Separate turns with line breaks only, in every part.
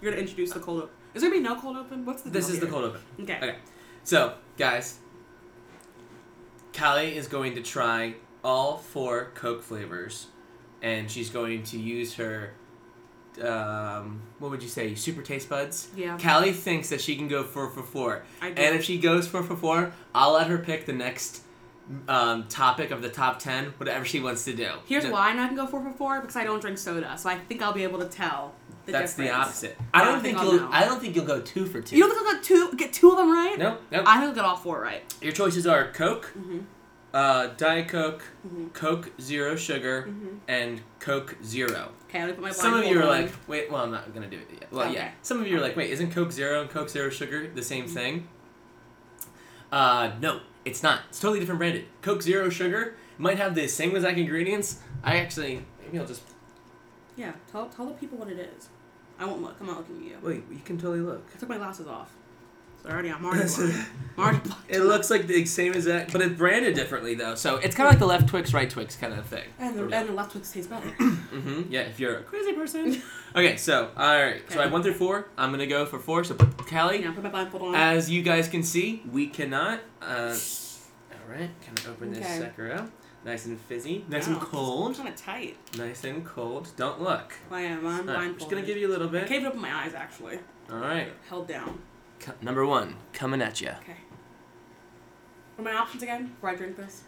You're gonna introduce the cold open. Is there gonna be no cold open? What's the
This
deal
is the
here?
cold open.
Okay.
Okay. So, guys, Callie is going to try all four Coke flavors, and she's going to use her, um, what would you say, super taste buds?
Yeah.
Callie thinks that she can go four for four,
I do.
and if she goes four for four, I'll let her pick the next um, topic of the top ten, whatever she wants to do.
Here's
Th-
why I'm not gonna go four for four because I don't drink soda, so I think I'll be able to tell. The
That's the
difference.
opposite. I don't, think,
I'll
you'll.
know.
I don't think you'll go two for two.
You don't think I'll get two get two of them right?
no, no.
I think I'll get all four right.
Your choices are Coke,
Mm-hmm.
uh, Diet Coke, Coke Zero Sugar, and Coke Zero.
Okay, let me put Mm-hmm. my
Some of you
blindfold
are
on.
like, wait, well, I'm not gonna do it yet. Well, yeah.
Okay. Mm-hmm.
Some of you are like, wait, isn't Coke Zero and Coke Zero Sugar the same thing? Uh, no, it's not. It's totally different branded. Coke Zero Sugar might have the same exact ingredients. I actually, maybe I'll just
Yeah, tell tell the people what it is. I won't look. I'm not looking at you.
wait. You can totally look.
I took my glasses off. So already I'm already blind. I'm already blind.
It looks like the same exact, but it's branded differently though. So it's kind of like the left Twix, right Twix kind of thing.
And the, and the left one tastes better.
hmm Yeah, if you're a crazy person. okay, so all right, so I
Okay.
went through four. I'm gonna go for four. So put Callie.
yeah, put my blindfold on.
As you guys can see, we cannot. Uh, all right, can I open this
Okay.
sucker up? Nice and fizzy, nice
Wow,
and cold,
It's kind of tight.
nice and cold. Don't look.
I am. I'm
All right, I'm
blindfolded.
just gonna give you a little
I
bit.
caved open my eyes actually.
All right,
Held down.
C- number one coming at you.
Okay. What are my options again? Before I drink this.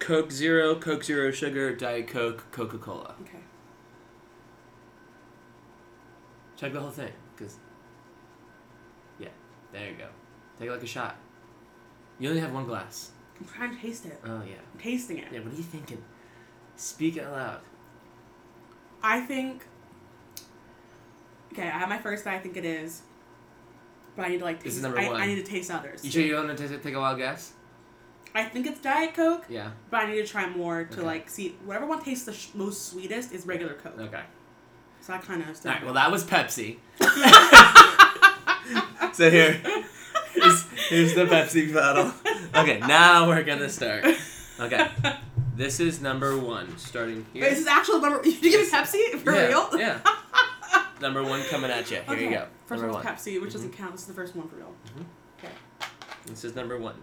Coke Zero, Coke Zero Sugar, Diet Coke, Coca Cola.
Okay.
Check the whole thing, cause yeah, there you go. Take like a shot. You only have one glass.
I'm trying to taste it.
Oh yeah.
I'm tasting it.
Yeah, what are you thinking? Speak out loud.
I think. Okay, I have my first. I think it is. But I need to like taste.
This is number
I,
one.
I need to taste others.
You sure you don't want to t- take a wild guess?
I think it's Diet Coke,
Yeah.
but I need to try more to
Okay.
like see whatever one tastes the sh- most sweetest is regular Coke.
Okay.
So I kind of.
All right. Well, that was Pepsi. so here, here's, here's the Pepsi bottle. Okay, now we're gonna start. Okay, this is number one, starting here.
Wait, is this actual number? You give me Pepsi for
yeah,
real?
Yeah. number one coming at you. Here
okay.
you go.
First
number
one's
one. Mm-hmm.
Pepsi, which doesn't count. This is the first one for real.
This is number one.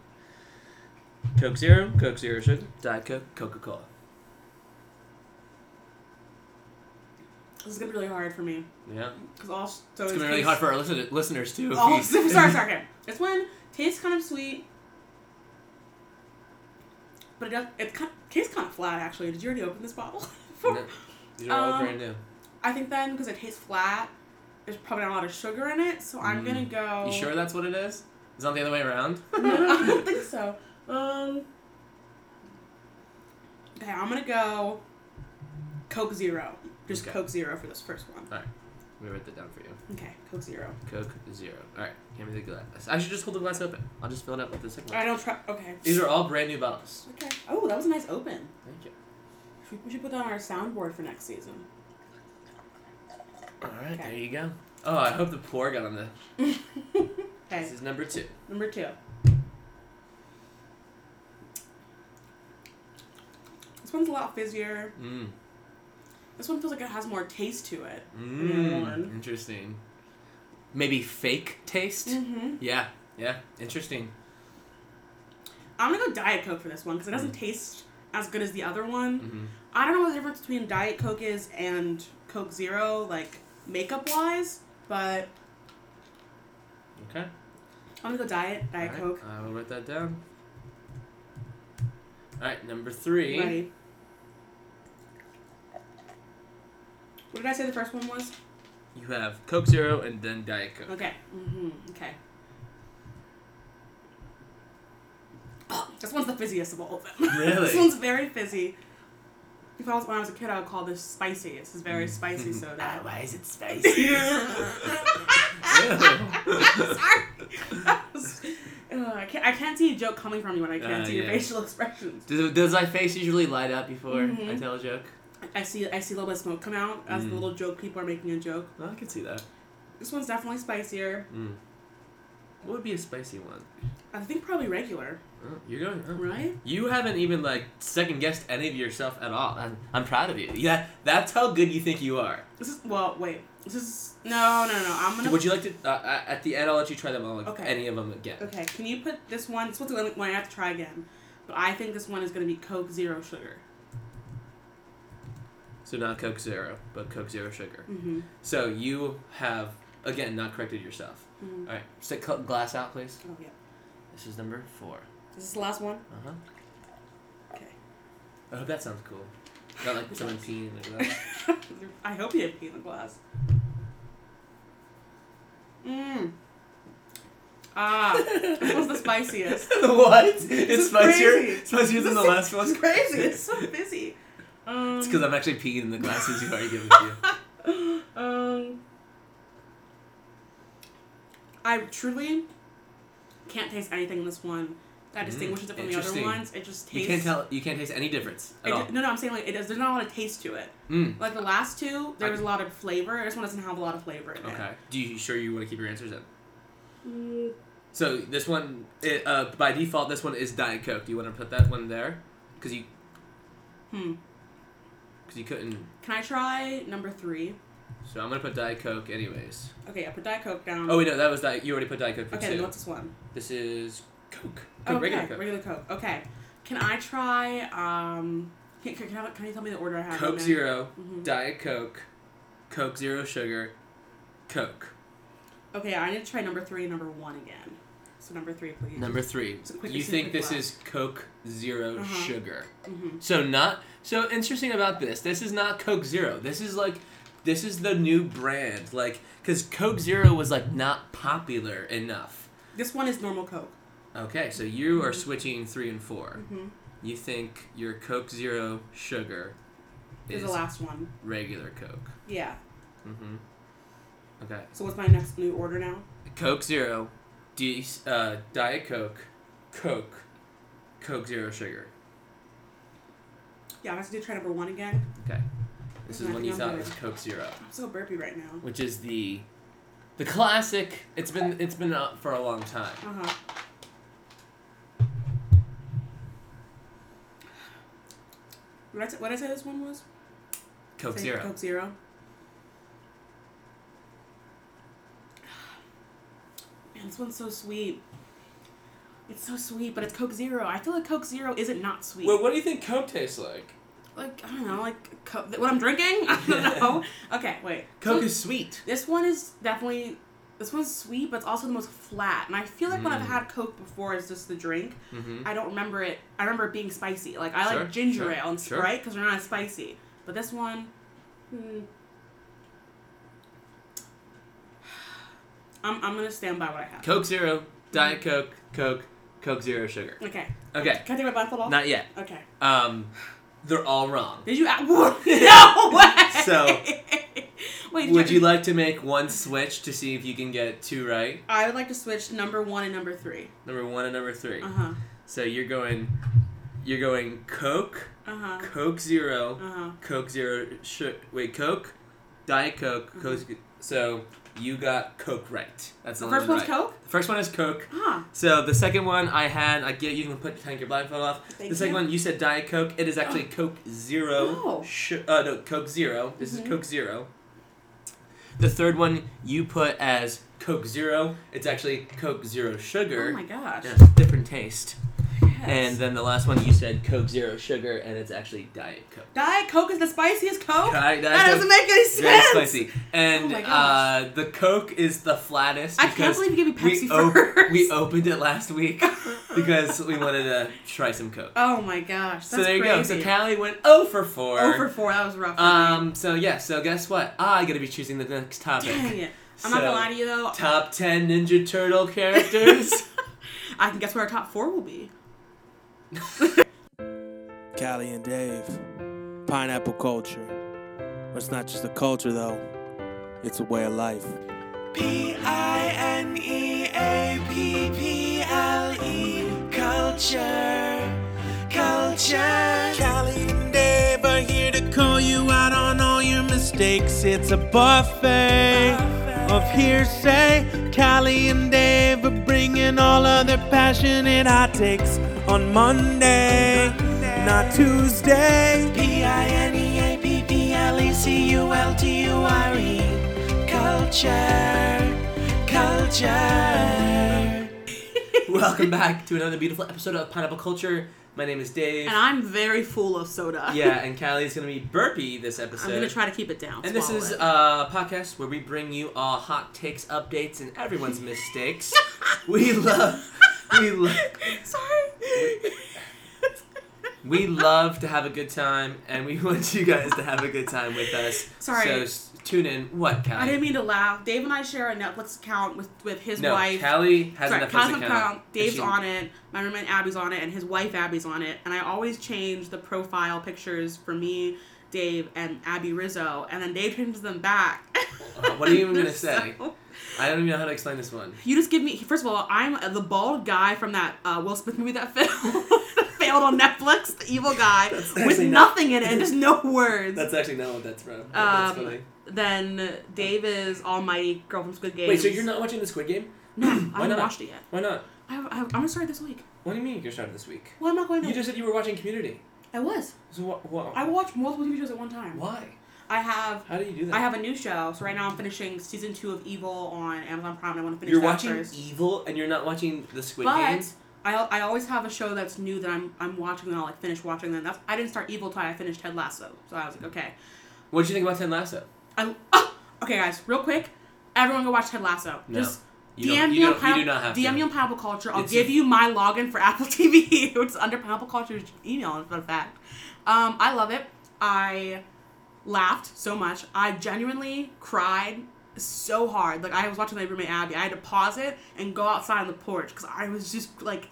Coke Zero, Coke Zero Sugar, Diet Coke, Coca Cola.
This is gonna be really hard for me
Yeah.
because all s- so
It's gonna be really hard for our listen- listeners too. if
all.
we-
Oh, sorry, sorry, okay. This one tastes kind of sweet, but it does. It kind tastes kind of flat actually. Did you already open this bottle?
No, These are all
Um,
brand new.
I think then because it tastes flat, there's probably not a lot of sugar in it, so I'm
Mm.
gonna go.
You sure that's what it is? It's not the other way around.
No, I don't think so. Um. Okay, I'm gonna go. Coke Zero, just
Okay.
Coke Zero for this first one.
Let me write that down for you.
Okay, Coke Zero.
Coke Zero. All right, hand me the glass. I should just hold the glass open. I'll just fill it up with the second
I
one.
don't try. Okay.
These are all brand new bottles.
Okay. Oh, that was a nice open.
Thank you.
We- We should put that on our soundboard for next season.
All right,
Okay.
there you go. Oh, I hope the pour got on the. This
okay,
is number two.
number two. This one's a lot fizzier.
Mmm.
This one feels like it has more taste to it.
Mmm.
one.
Interesting. Maybe fake taste.
Mm-hmm.
Yeah. Yeah. Interesting.
I'm gonna go Diet Coke for this one because it doesn't taste as good as the other one.
Mm-hmm.
I don't know what the difference between Diet Coke is and Coke Zero, like makeup wise, but
Okay.
I'm gonna go Diet Diet
All right,
Coke.
I will write that down. All right, number three.
Ready. What did I say the first one was?
You have Coke Zero and then Diet Coke.
Okay. hmm Okay. Oh, this one's the fizziest of all of them. this
Really?
one's very fizzy. If I was when I was a kid, I would call this spicy. This is very spicy
Ah,
soda.
why is it spicy?
Sorry. That was- Ugh, I, can't, I can't see a joke coming from you when I can't
Uh,
see your
yeah.
facial expressions.
does, does my face usually light up before I
Mhm.
tell a joke?
I see I see a little bit of smoke come out as
Mm.
the little joke people are making a joke.
Well, I can see that.
This one's definitely spicier.
Mm. What would be a spicy one?
I think probably regular,
Oh, you're going. oh.
right?
You haven't even like second guessed any of yourself at all. I'm, I'm proud of you. Yeah, that's how good you think you are.
This is well, wait. This is no, no, no. I'm gonna.
Would you like to? Uh, I- at the end, I'll let you try them all.
Okay.
Any of them again.
okay, can you put this one? This one's the only one I have to try again, but I think this one is gonna be Coke Zero Sugar.
So not Coke Zero, but Coke Zero Sugar.
Mm-hmm.
So you have again not corrected yourself.
Mhm.
All right, stick cl- glass out, please.
Oh yeah.
This is number four.
Is this the last one?
Uh huh.
Okay.
I hope that sounds cool. Not like someone peeing in a glass.
I hope you have pee in the glass. Mmm. Ah, this was the spiciest.
what? It's
is
spicier.
crazy.
Spicier than the last one.
It's crazy. It's so busy. Um,
It's because I'm actually peeing in the glasses you've already given to you.
um, I truly can't taste anything in this one that
Mm,
distinguishes it from the other
interesting.
ones. It just tastes.
You can't tell. You can't taste any difference
it
at all.
ju- no, no, I'm saying like it does. There's not a lot of taste to it.
Mm.
Like the last two, there
I-
was a lot of flavor. This one doesn't have a lot of flavor in
Okay.
it.
Do you you sure you want to keep your answers in?
Mm,
So this one, it, uh, by default, this one is Diet Coke. Do you want to put that one there? Because you,
Hmm.
because you couldn't.
Can I try number three?
So I'm gonna put Diet Coke anyways.
Okay, I put Diet Coke down.
Oh wait, no, that was Diet. You already put Diet Coke for
okay,
two.
then what's this one? Oh,
This is Coke. Coke
okay,
regular Coke.
Okay. Can I try? Um, can, can, can, can you tell me the order I have?
Coke Zero,
hmm
Diet Coke, Coke Zero Sugar, Coke.
Okay, I need to try number three and number one again. So number three, please.
Number three.
It's a quick-
you
it's a
think
quick
this
laugh.
is Coke 0
Uh-huh.
Sugar?
hmm
So not so interesting about this. This is not Coke Zero. This is like this is the new brand. Like cuz Coke Zero was like not popular enough.
This one is normal Coke.
Okay, so you are switching 3 and 4.
Mm-hmm.
You think your Coke Zero sugar
Is
is
the last one.
regular Coke.
Yeah.
Mhm. Okay.
So what's my next new order now?
Coke Zero, D, uh, Diet Coke, Coke, Coke Zero sugar.
Yeah, I have to do try number one again.
Okay. This is
Not
one you thought
numbered.
was Coke Zero.
I'm so burpy right now.
which is the the classic. It's been it's been out for a long time.
Uh huh. What did I say this one was?
Coke
Say
Zero.
Coke Zero. Man, this one's so sweet. It's so sweet, but it's Coke Zero. I feel like Coke Zero isn't not sweet.
Well, what do you think Coke tastes like?
like I don't know, like co- th- what I'm drinking. I don't know. Okay, wait.
Coke
So
is sweet.
this one is definitely this one's sweet, but it's also the most flat. And I feel like when I've
Mm.
had Coke before, it's just the drink.
Mm-hmm.
I don't remember it. I remember it being spicy. Like I
Sure,
like ginger
sure,
ale and
sure.
Sprite because they're not as spicy. But this one, hmm. I'm I'm gonna stand by what I have.
Coke Zero, Diet Coke, Coke, Coke Zero sugar.
Okay.
Okay,
Can I take my blindfold off?
not yet.
okay.
Um, they're all wrong.
Did you? a- no way.
So,
wait. did
Would you like to make one switch to see if you can get two right?
I would like to switch number one and number three.
Number one and number three.
Uh huh.
So you're going, you're going Coke,
Uh huh.
Coke Zero,
Uh huh.
Coke Zero. Sh- wait, Coke, Diet Coke,
Mm-hmm.
Coke. So you got Coke right. That's the,
The
only
first
one
one's
right.
Coke.
The first one is Coke.
Ah.
So the second one I had, I get you can put take your blindfold off.
Thank
the second
you.
one you said Diet Coke. It is actually Coke Zero.
Oh.
Sh- uh, no, Coke Zero. This
Mhm.
is Coke Zero. The third one you put as Coke Zero. It's actually Coke Zero
Oh
Sugar.
my gosh.
Yeah, different taste.
Yes.
And then the last one you said Coke Zero Sugar, and it's actually Diet Coke.
Diet Coke is the spiciest Coke.
Diet, Diet
Oh, That
Coke
doesn't make any sense.
very spicy. And
Oh my gosh.
uh, the Coke is the flattest.
I can't
because
believe you gave me Pepsi
we, op-
first.
we opened it last week because we wanted to try some Coke.
oh my gosh. That's
so there you go.
crazy.
So Callie went 0 for 4.
Oh for four. That was rough. for me.
Um, so yeah, so guess what? I gotta be choosing the next topic.
Dang it. I'm
So,
not gonna lie to you though.
Top 10 Ninja Turtle characters.
I can guess what our top four will be.
Callie and Dave. Pineapple culture. But It's not just a culture, though, it's a way of life.
P I N E A P P L E Culture Culture
Callie and Dave are here to call you out on all your mistakes. It's a buffet of hearsay. Callie and Dave are bringing all of their passionate hot takes on Monday, not Tuesday.
P I N E A P P L E C U L T U R E. Culture. Culture.
Welcome back to another beautiful episode of Pineapple Culture. My name is Dave.
And I'm very full of soda.
yeah, and Callie's gonna be burpy this
I'm
episode.
gonna try to keep it down.
And this
swallow
is uh,
it.
a podcast where we bring you all hot takes, updates, and everyone's mistakes. we love, we love,
Sorry.
we love to have a good time, and we want you guys to have a good time with us.
Sorry.
So s- tune in. What, Callie?
I didn't mean to laugh. Dave and I share a Netflix account with with his
no,
wife.
Callie has
Sorry,
an Netflix
Cosmo
account.
account.
and
Dave's
she-
on it. My roommate Abby's on it, and his wife Abby's on it. And I always change the profile pictures for me, Dave, and Abby Rizzo, and then Dave changes them back.
Uh, what are you even gonna
So-
say? I don't even know how to explain this one.
You just give me. First of all, I'm the bald guy from that uh, Will Smith movie that failed, failed on Netflix. The evil guy with
actually not-
nothing in it and just no words.
That's actually not what that's from. that's
um,
funny.
then Dave is almighty girl from Squid Games.
Wait, so you're not watching the Squid Game?
No, I haven't
not?
watched it yet.
Why not?
I, I, I'm gonna start this week.
What do you mean you're starting this week?
Well, I'm not going to.
You just said you were watching Community.
I was.
So what? what
I watch multiple TV shows at one time.
why?
I have.
How do you do that?
I have a new show, so right now I'm finishing season two of Evil on Amazon Prime. I want to finish
You're
that
watching
first.
Evil and you're not watching the Squid Game.
But I, I always have a show that's new that I'm I'm watching and I'll like finish watching them. That's I didn't start Evil till I finished Ted Lasso, so I was like, okay,
What did you think about Ted Lasso?
I ah! okay guys, real quick, everyone go watch Ted Lasso.
No.
Just
You
DM
don't,
me
you,
on
don't, you
Pineapple-
do not have
DM
to.
me on Pineapple Culture. I'll
It's-
give you my login for Apple TV. it's under Pineapple Culture's email, as a matter of fact. Um, I love it. I laughed so much. I genuinely cried so hard. Like I was watching my roommate Abby. I had to pause it and go outside on the porch because I was just like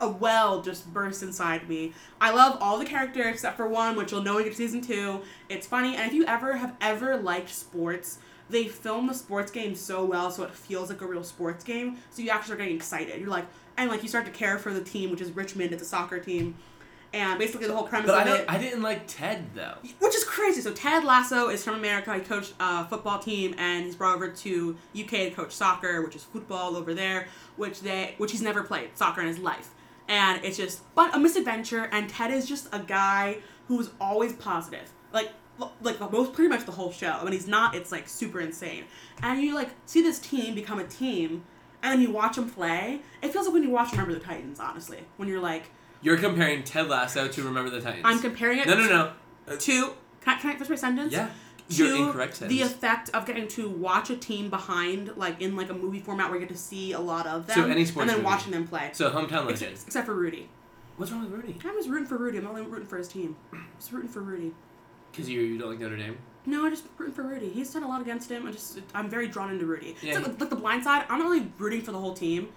a well just burst inside me. I love all the characters except for one, which you'll know when you get to season two. It's funny, and if you ever have ever liked sports, they film the sports game so well, so it feels like a real sports game. So you actually are getting excited. You're like, and like you start to care for the team, which is Richmond. It's a soccer team, and basically the whole premise
But
of
I,
it
don't, I didn't like Ted though.
which is crazy. So Ted Lasso is from America. He coached a football team, and he's brought over to UK to coach soccer, which is football over there, which they which he's never played soccer in his life, and it's just but a misadventure. And Ted is just a guy who's always positive, like like the most pretty much the whole show. When he's not, it's like super insane. And you like see this team become a team, and you watch them play. It feels like when you watch Remember the Titans, honestly, when you're like
You're comparing Ted Lasso to Remember the Titans.
I'm comparing it.
No, no, no. Uh,
to can I, can I finish my sentence?
Yeah.
To
You're incorrect,
the
sentence.
effect of getting to watch a team behind, like in like a movie format, where you get to see a lot of them,
So any sports
and then
movie.
watching them play.
So hometown
Ex-
legends.
except for Rudy,
What's wrong with Rudy?
I'm just rooting for Rudy. I'm only rooting for his team. Just rooting for Rudy.
Because you, you don't like Notre Dame.
No, I'm just rooting for Rudy. He's done a lot against him. I just I'm very drawn into Rudy.
Yeah,
so,
he-
like, like the Blind Side, I'm not really rooting for the whole team.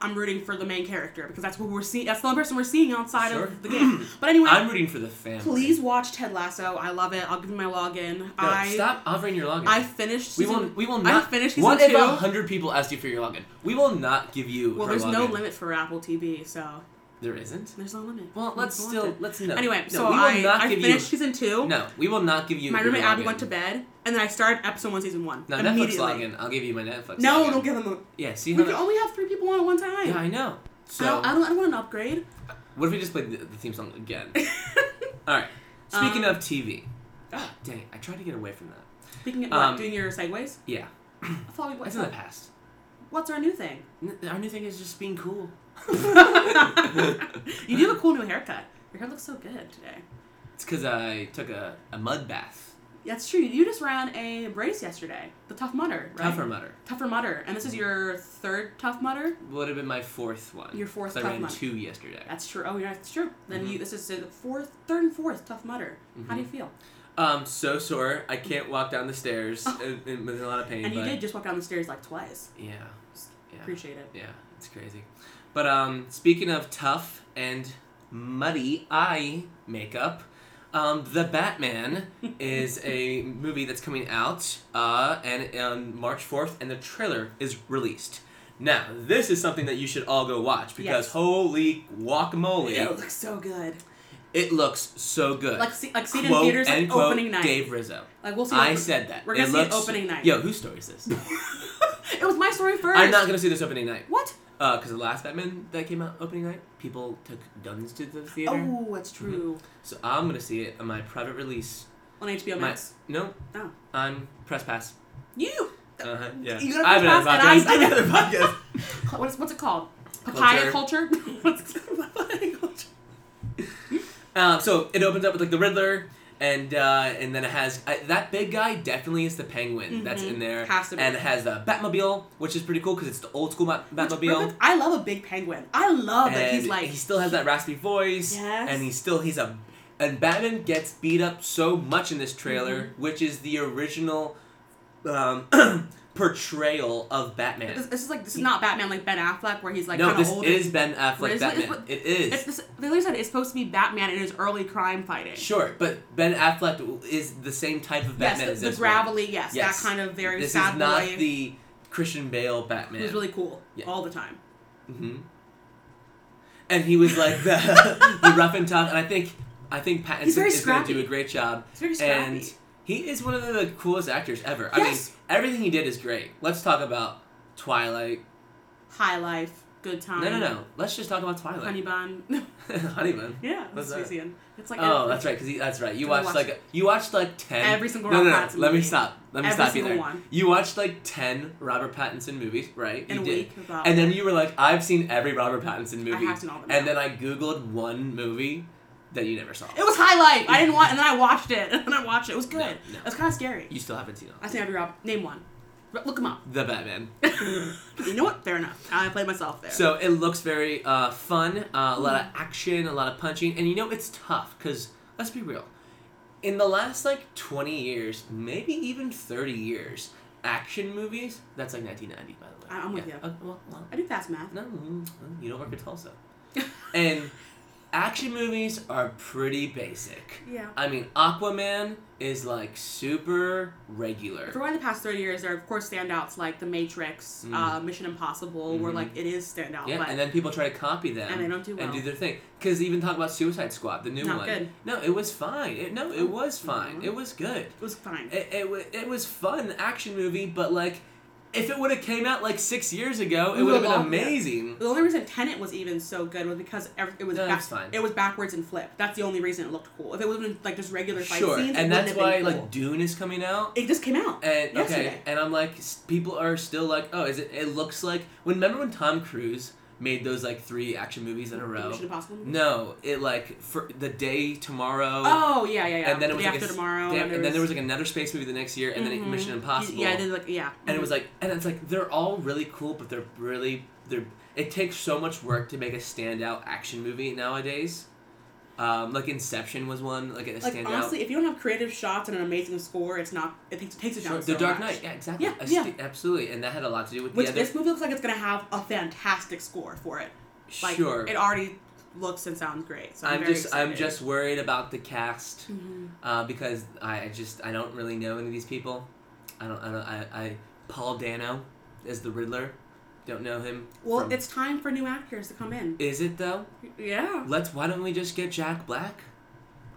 I'm rooting for the main character because that's what we're seeing. That's the only person we're seeing outside
Sure.
of the game. But anyway,
I'm rooting for the family.
please watch Ted Lasso. I love it. I'll give you my login.
No,
I
stop offering your login.
I finished.
we
season-
will. We will not.
I finished season
what
two.
if a hundred people asked you for your login? We will not give you.
well,
her
there's no
login.
limit for Apple TV, so
There isn't.
there's no limit.
Well, let's
It's
still
wanted.
let's no.
Anyway,
no,
so
we will
I,
not
I
give
finished
you.
season two.
No, we will not give you.
my
your
roommate Abby
login.
went to bed, and then I started episode one, season one.
No, Netflix
immediately.
login. I'll give you my Netflix.
No,
login.
don't give them. A,
Yeah, see how.
we can
that-
only have three people on at one time.
yeah, I know. So,
I don't. I don't, I don't want an upgrade.
what if we just played the, the theme song again? All right. Speaking
Um,
of TV,
oh.
ah, dang, I tried to get away from that.
Speaking of
Um,
what, doing your segues,
Yeah,
I thought we,
that's
what's,
in the past.
what's our new thing?
N- Our new thing is just being cool.
you do have a cool new haircut. Your hair looks so good today.
It's because I took a, a mud bath.
That's true. You just ran a brace yesterday, the Tough Mudder, right?
Tougher mutter.
Tougher Mudder, and this is your third Tough Mudder.
Would have been my fourth one.
Your fourth
'cause I
tough
ran
mutter.
two yesterday.
That's true. Oh, yeah, that's true. Then
Mm-hmm.
you. This is the fourth, third, and fourth tough mutter. How do you feel?
Um, so sore. I can't walk down the stairs. and, and with a lot of pain.
Oh. And you
but
did just walk down the stairs like twice.
Yeah. yeah.
Appreciate it.
Yeah, it's crazy. But um, speaking of tough and muddy eye makeup, um, The Batman is a movie that's coming out uh, and on March 4th, and the trailer is released. Now, this is something that you should all go watch because
Yes.
holy guacamole.
It looks so good.
It looks so good.
Like, see- like seen in
Quote
theaters, like,
and quote,
opening night.
Dave Rizzo.
Like we'll see.
I said that.
We're gonna
It
see it
looks-
opening night.
Yo, whose story is this?
it was my story first.
I'm not gonna see this opening night.
What?
Uh, because the last Batman that came out opening night, people took guns to the theater.
Oh, that's
Mm-hmm.
true.
So I'm gonna see it on my private release.
On HBO
My-
Max.
no,
Oh,
on press pass.
you.
Uh-huh, yeah.
You gotta
I have
press
another
pass
podcast.
and I-
I have another podcast.
What's what's it called? Papaya culture. What's papaya culture?
Uh, so it opens up with like the Riddler, and uh, and then it has I, that big guy definitely is the Penguin that's
Mhm.
in there,
Has to be.
and it has the Batmobile, which is pretty cool because it's the old school Bat- Batmobile.
I love a big penguin. I love that
and
he's like
he still has that raspy voice,
Yes.
and he's still he's a and Batman gets beat up so much in this trailer,
Mm-hmm.
which is the original um, portrayal of Batman.
This, this is like this is not Batman like Ben Affleck where he's like
no,
kind
this
of old. and-
is Ben
Is
Affleck
it- is
Batman.
what-
it is.
It's this, they literally said it's supposed to be Batman in his early crime fighting.
Sure, but Ben Affleck is the same type of
yes,
Batman
the,
as
the
this one.
gravelly, yes,
Yes.
that kind of very
this
sad
is not
boy
the Christian Bale Batman.
who's really cool
Yeah.
all the time.
hmm And he was like the, the rough and tough, and I think I think
He's
Pattinson
very
is going to do
scrappy.
a great job.
He's very scrappy.
and he is one of the coolest actors ever.
Yes.
I mean, everything he did is great. Let's talk about Twilight.
High life, good time.
no, no, no. Let's just talk about Twilight.
Honey bun.
Honey Bun.
yeah,
What's
that's
that?
Susian. It's like
Oh,
every-
that's right. Cause he, that's right. You
Did I
watched
watch
like you watched like ten.
Every single
no,
Robert
no, no.
Pattinson
Let me
movie.
stop. Let me
Every
stop you
single
there.
one.
You watched like ten Robert Pattinson movies, right?
In
you
a
did.
week, about-
And then you were like, I've seen every Robert Pattinson movie.
have seen all of them
And
now.
then I googled one movie that you never saw.
It was High Life. I didn't want, and then I watched it, and I watched it. It was good.
No, no.
It was kind of scary.
you still haven't seen it.
I think I'd be Rob. Name one. R- Look him up.
The Batman.
You know what? Fair enough. I played myself there. Mm-hmm.
So it looks very uh, fun, uh, a lot of action, a lot of punching, and you know it's tough because let's be real. In the last like twenty years, maybe even thirty years, action movies. That's like nineteen ninety, by the way.
I- I'm with you.
Okay, well, well,
I do fast math.
no, mm, mm, you don't work at Tulsa. and action movies are pretty basic.
Yeah.
I mean, Aquaman is like super regular.
For one of the past 30 years, there are, of course, standouts like The Matrix, uh, Mission Impossible, where, like, it is standout.
Mm. Mm-hmm. Yeah,
but
and then people try to copy them,
And they don't do well.
their thing. Because even talk about Suicide Squad, the new
Not
one.
good.
No, it was fine. It, no, it was fine.
Mhm.
It was good.
it was fine.
It, it, wa- it was fun action movie, but like, if it would have came out like six years ago, it
We
would have
would've
been
loved it.
amazing.
the only reason Tenet was even so good was because ev- it was
No,
back-
it's fine.
it was backwards and flipped. That's the only reason it looked cool. If it would have been like just regular fight
Sure,
scenes, it
and
wouldn't
that's
have
why
been cool.
like Dune is coming out.
it just came out.
And okay,
yesterday.
and I'm like, s- people are still like, oh, is it? It looks like. When remember when Tom Cruise made those like three action movies in a row?
Mission Impossible. movies?
No, it like for the day tomorrow.
Oh yeah, yeah, yeah.
and then it
The
was
Day
like
after
a s-
tomorrow.
yeah,
and,
and then there was like another space movie the next year, and then
Mhm.
Mission Impossible.
Yeah, I did like yeah.
and it was like, and it's like they're all really cool, but they're really they're. It takes so much work to make a standout action movie nowadays. Um, like Inception was one, like a
like
standout.
honestly, if you don't have creative shots and an amazing score, it's not. It takes, it takes it down.
Sure,
so
the Dark
much.
Knight, yeah, exactly,
Yeah,
A
yeah.
sta- absolutely, and that had a lot to do with
Which
the other.
this movie looks like it's gonna have a fantastic score for it. Like
sure,
it already looks and sounds great. So I'm,
I'm
very
just I'm
excited.
just worried about the cast
Mhm.
uh, because I I just I don't really know any of these people. I don't I don't I, I Paul Dano is the Riddler. Don't know him.
Well,
from-
it's time for new actors to come in.
is it though?
Yeah.
Let's why don't we just get Jack Black?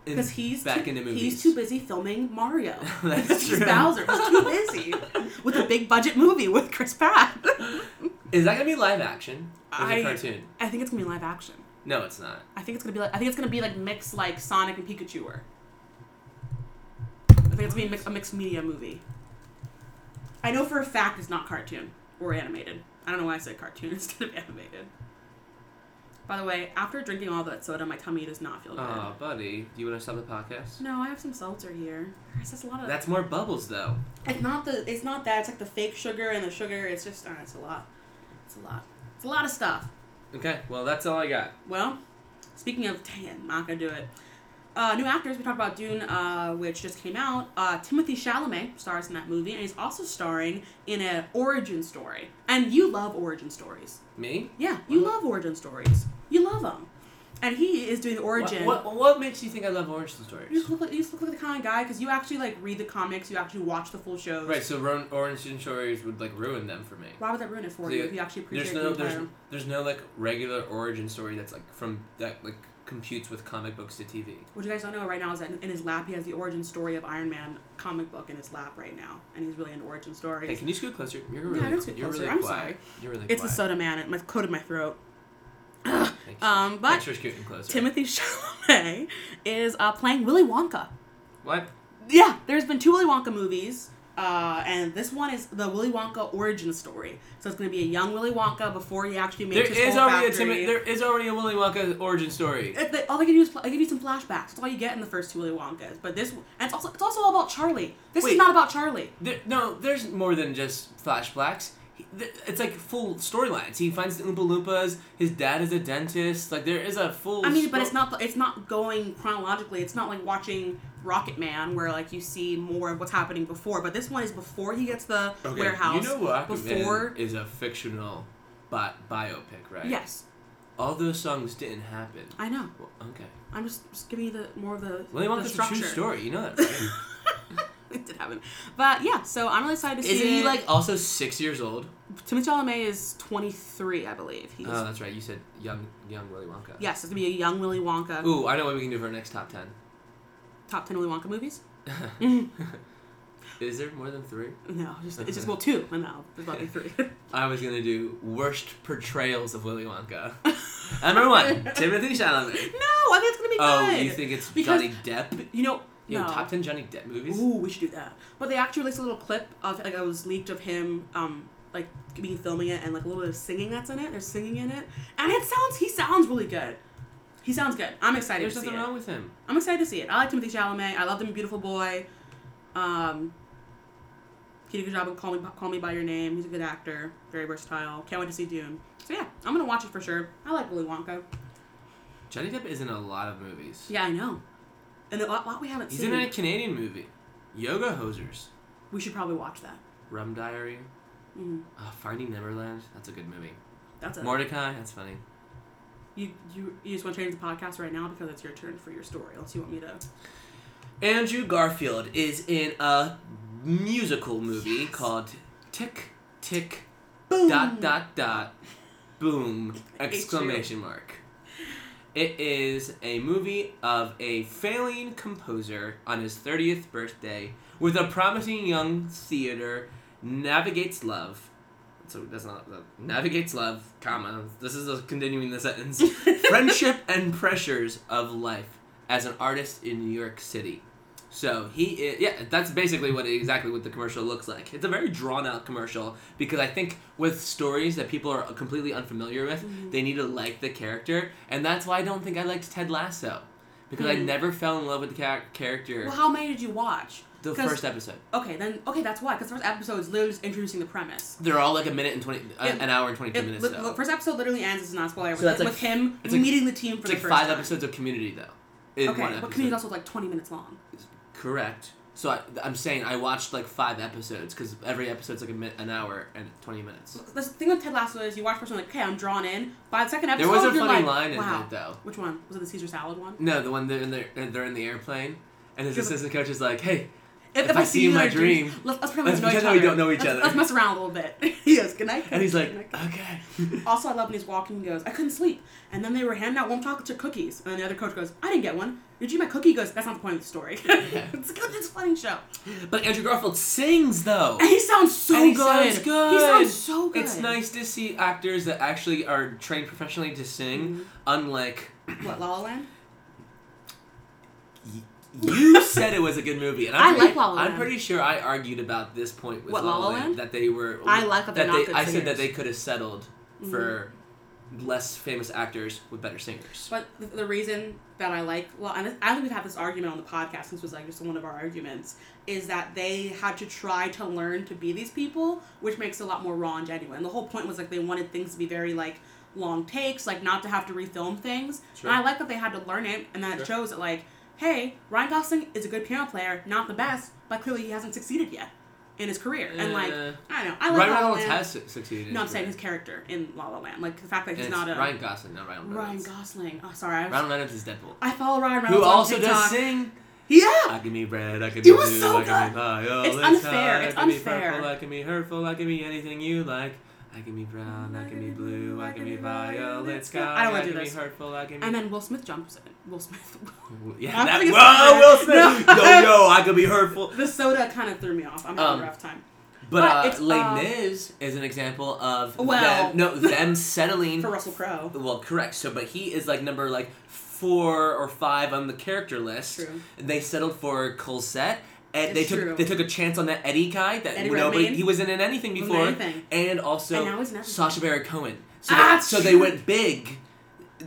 in-
Because he's
back
too,
in the movies.
he's too busy filming Mario.
That's
he's
true.
Bowser. He's too busy with a big budget movie with Chris Pratt.
Is that gonna be live action? Or is it
I-
cartoon?
I think it's gonna be live action.
No, it's not.
I think it's gonna be like I think it's gonna be like mixed like Sonic and Pikachu were. I think it's gonna be a mix, a mixed media movie. I know for a fact it's not cartoon or animated. I don't know why I said cartoon instead of animated. By the way, after drinking all that soda, my tummy does not feel good.
Oh, buddy, do you want to stop the podcast?
No, I have some seltzer here. There's just a lot of.
That's more bubbles though.
it's not the. It's not that. It's like the fake sugar and the sugar. It's just. Uh, it's a lot. It's a lot. It's a lot of stuff.
Okay, well that's all I got.
Well, speaking of, dang it, I'm not gonna do it. Uh, new actors. We talked about Dune, uh, which just came out. Uh, Timothy Chalamet stars in that movie, and he's also starring in an origin story. And you love origin stories.
Me?
Yeah, you
Mhm.
love origin stories. You love them. And he is doing the origin.
What, what what makes you think I love Orange
You
Stories?
just look like you just look like the kind of guy because you actually like read the comics. You actually watch the full shows.
Right, so Ron- Orange Stories would like ruin them for me.
Why would that ruin it for
So
you
you-
if you actually appreciate
There's no
the
there's,
entire?
there's no like regular origin story that's like from that like computes with comic books to TV.
What you guys don't know right now is that in his lap he has the origin story of Iron Man comic book in his lap right now, and he's really into origin stories.
Hey, can you scoot closer? You're
Yeah, I
really,
can scoot
you're
closer.
really
I'm
quiet.
sorry.
You're really
it's the
quiet.
soda man. It my coat in my throat.
Thanks.
Um, but
Thanks for scooting closer.
Timothy Chalamet is uh, playing Willy Wonka.
What?
Yeah, there's been two Willy Wonka movies, uh, and this one is the Willy Wonka origin story. So it's gonna be a young Willy Wonka before he actually makes
There
his
is
whole
already a
factory.
Tim- there is already a Willy Wonka origin story.
If they- all they can do is pl- they give you some flashbacks. That's all you get in the first two Willy Wonkas. But this, and it's also it's also all about Charlie. This
Wait.
is not about Charlie.
There, no, there's more than just flashbacks. He- th- It's like full storylines. He finds the Oompa Loompas. His dad is a dentist. Like there is a full.
I mean, but
sto-
it's not it's not going chronologically. It's not like watching Rocket Man where like you see more of what's happening before. But this one is before he gets the warehouse.
You know what?
before.
is a fictional bi- biopic, right?
Yes,
All those songs didn't happen.
I know.
Well, okay.
I'm just, just giving you the more of the
Willy
the
Wonka's a
structure.
true story. You know that. Right?
it did happen, but yeah. So I'm really excited to see.
Isn't he
it.
like also six years old?
Timothy Chalamet is 23, I believe. He's
Oh, that's right. You said young, young Willy Wonka.
yes, it's gonna be a young Willy Wonka.
Ooh, I know what we can do for our next top ten.
Top 10 Willy Wonka movies.
Mm-hmm. Is there more than three?
No, just it's just well two. I know there's about to be three.
I was gonna do worst portrayals of Willy Wonka. Number one, Timothy
No,
Chalamet.
I think it's gonna be
Oh,
good.
you think it's
Because-
Johnny Depp?
You know,
You
no.
know, top ten Johnny Depp movies.
Ooh, we should do that. But they actually released a little clip of like I was leaked of him, um, like me filming it and like a little bit of singing that's in it. There's singing in it, and it sounds he sounds really good. He sounds good. I'm excited
There's
to see
nothing
it.
wrong with him.
I'm excited to see it. I like Timothy Chalamet. I love him, in Beautiful Boy. Um, he did a good job of Call Me, Call Me by Your Name. He's a good actor, very versatile. Can't wait to see Dune. So yeah, I'm gonna watch it for sure. I like Willy Wonka.
Johnny Depp is in a lot of movies.
Yeah, I know. And a lot, lot we haven't
He's
seen.
in a Canadian movie, Yoga Hosers,
we should probably watch that.
Rum Diary,
Mhm.
uh, Finding Neverland. That's a good movie.
That's it.
Mordecai. That's funny.
You, you, you just want to change the podcast right now because it's your turn for your story. Unless you want me to.
Andrew Garfield is in a musical movie called Tick Tick dot dot dot boom
hate you.
exclamation mark. It is a movie of a failing composer on his 30th birthday with a promising young theater navigates love. So that's not that- navigates love, comma. This is a, continuing the sentence. Friendship and pressures of life as an artist in New York City. So he is, yeah, that's basically what exactly what the commercial looks like. It's a very drawn out commercial because I think with stories that people are completely unfamiliar with,
Mm-hmm.
they need to like the character, and that's why I don't think I liked Ted Lasso because I
Mhm.
never fell in love with the char- character
Well, how many did you watch?
the
'Cause-
first episode.
Okay, then okay, that's why. Because first episode is literally just introducing the premise.
They're all like a minute and twenty, uh,
It-
an hour and twenty two
It-
minutes.
li-
though.
li- first episode literally ends. It's not a spoiler.
So that's
with,
like-
with him
it's like-
meeting the team for
It's
the
like
first
five
time.
episodes of Community though. In
Okay,
one
but
episode.
Community is also like twenty minutes long.
Correct. So I, I'm saying I watched like five episodes because every episode's like a mi- an hour and twenty minutes.
The thing with Ted Lasso is you watch the first one like, okay, I'm drawn in. By the second
There
episode,
was a
you're
funny
like,
line in
wow.
that though.
Which one was it? The Caesar salad one.
No, the one they're in the they're in the airplane, and his
Give it-
assistant coach is like, "Hey,
If,
I see you in
in
my
our
dream,
dreams, let's, let's,
let's
pretend we don't know each
pretend we
other.
don't know each
Let's-
other.
Let's mess around a little bit. he goes, good night.
and he's like,
Good night.
okay."
Also, I love when he's walking and goes, I couldn't sleep. And then they were handing out warm chocolate chip cookies. And then the other coach goes, I didn't get one. Did you get my cookie? He goes, that's not the point of the story. it's good. It's a funny show.
but Andrew Garfield sings though.
And he sounds so
And he
good.
sounds good.
He sounds so good.
It's nice to see actors that actually are trained professionally to sing,
Mm-hmm.
unlike
What, La La Land?
You said it was a good movie, and
I
I'm
like
pretty,
La La
I'm
Land.
pretty sure I argued about this point with
What, La La Land?
that they were.
I like that they're not
they,
good
I said that
singers. Mm-hmm.
they could have settled for less famous actors with better singers.
But the, the reason that I like, well, and I think we've had this argument on the podcast, this was like just one of our arguments, is that they had to try to learn to be these people, which makes it a lot more raw and genuine. The whole point was like they wanted things to be very like long takes, like not to have to refilm things.
Sure.
And I like that they had to learn it, and that
Sure.
it shows that like, hey, Ryan Gosling is a good piano player, not the best, but clearly he hasn't succeeded yet in his career. and like,
Uh,
I don't know, I like La
Ryan
La
Reynolds
Land.
has su- succeeded. in
No, I'm saying his
career.
character in La La Land, like the fact that
And
he's
it's
not a
Ryan Gosling, not Ryan Reynolds.
Ryan Gosling. Oh, sorry, I was
Ryan Reynolds is Deadpool,
I follow Ryan Reynolds
who
on
also
TikTok.
does sing.
Yeah,
I can be bread, I can
It
be
was
blue,
so
I can be
good.
pie all
It's
the
unfair,
time.
it's
I can
unfair.
be purple, I can be hurtful, I can be anything you like. I can be brown, I can be blue, I can be violet sky.
I don't wanna do
can be
this.
hurtful, I can be.
And then Will Smith jumps in. Will Smith.
yeah,
I'm
that,
thinking
whoa, Will
Spider-Man.
Smith! No. yo, yo, I could be hurtful.
the soda kind of threw me off. I'm having
Um,
a rough time.
But,
But
uh,
it's,
Les
uh,
Mis is an example of
Well.
them, no, them settling
For Russell Crowe.
Well, correct. So, but he is like number like four or five on the character list.
True.
They settled for Colsette, and they
It's
took
true.
they took a chance on that Eddie guy that
Eddie
nobody
Redmayne?
he wasn't in anything
Wasn't
before,
anything.
and also
And now he's in everything.
Sasha Baron Cohen. So,
Ah,
they, so they
true.
went big.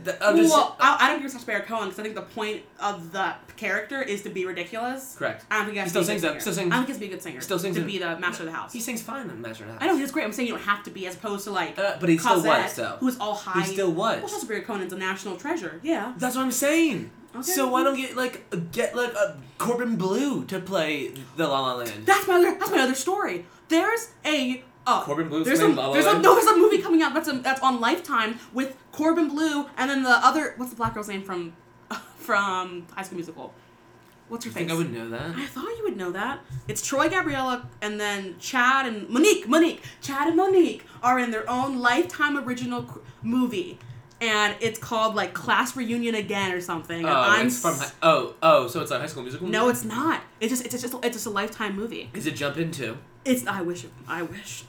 The- I'm just- uh,
Well, I, I don't agree with Sacha Baron Cohen because I think the point of the character is to be ridiculous.
correct.
I don't think he has
He
to
still
be a
sings though,
good
still
singer.
sings.
I don't think he has to be a good singer.
Still sings
to
in-
be the master of the house.
He sings fine in Master of the House.
I know he's great. I'm saying you don't have to be as opposed to like.
Uh, but he still
Cosette,
was though.
Who's all high.
He still was.
Well, Sacha Baron Cohen's a national treasure. Yeah.
That's what I'm saying.
Okay.
So why don't get like get like a Corbin Blue to play the La La Land?
That's my other. That's my other story. There's a. Uh,
Corbin Blue's
there's a,
playing La La
there's a,
Land?
no, there's a movie coming out that's a, that's on Lifetime with Corbin Blue and then the other what's the black girl's name from from High School Musical? What's her
I
face?
think I would know that.
I thought you would know that. It's Troy Gabriella and then Chad and Monique. Monique, Chad and Monique are in their own lifetime original cr- movie, and it's called like Class Reunion Again or something. and
Oh, it's from
s-
hi- oh oh, so it's a High School Musical.
no, it's not. It's just it's just it's just a lifetime movie.
is it Jump Into?
It's I wish it, I wish.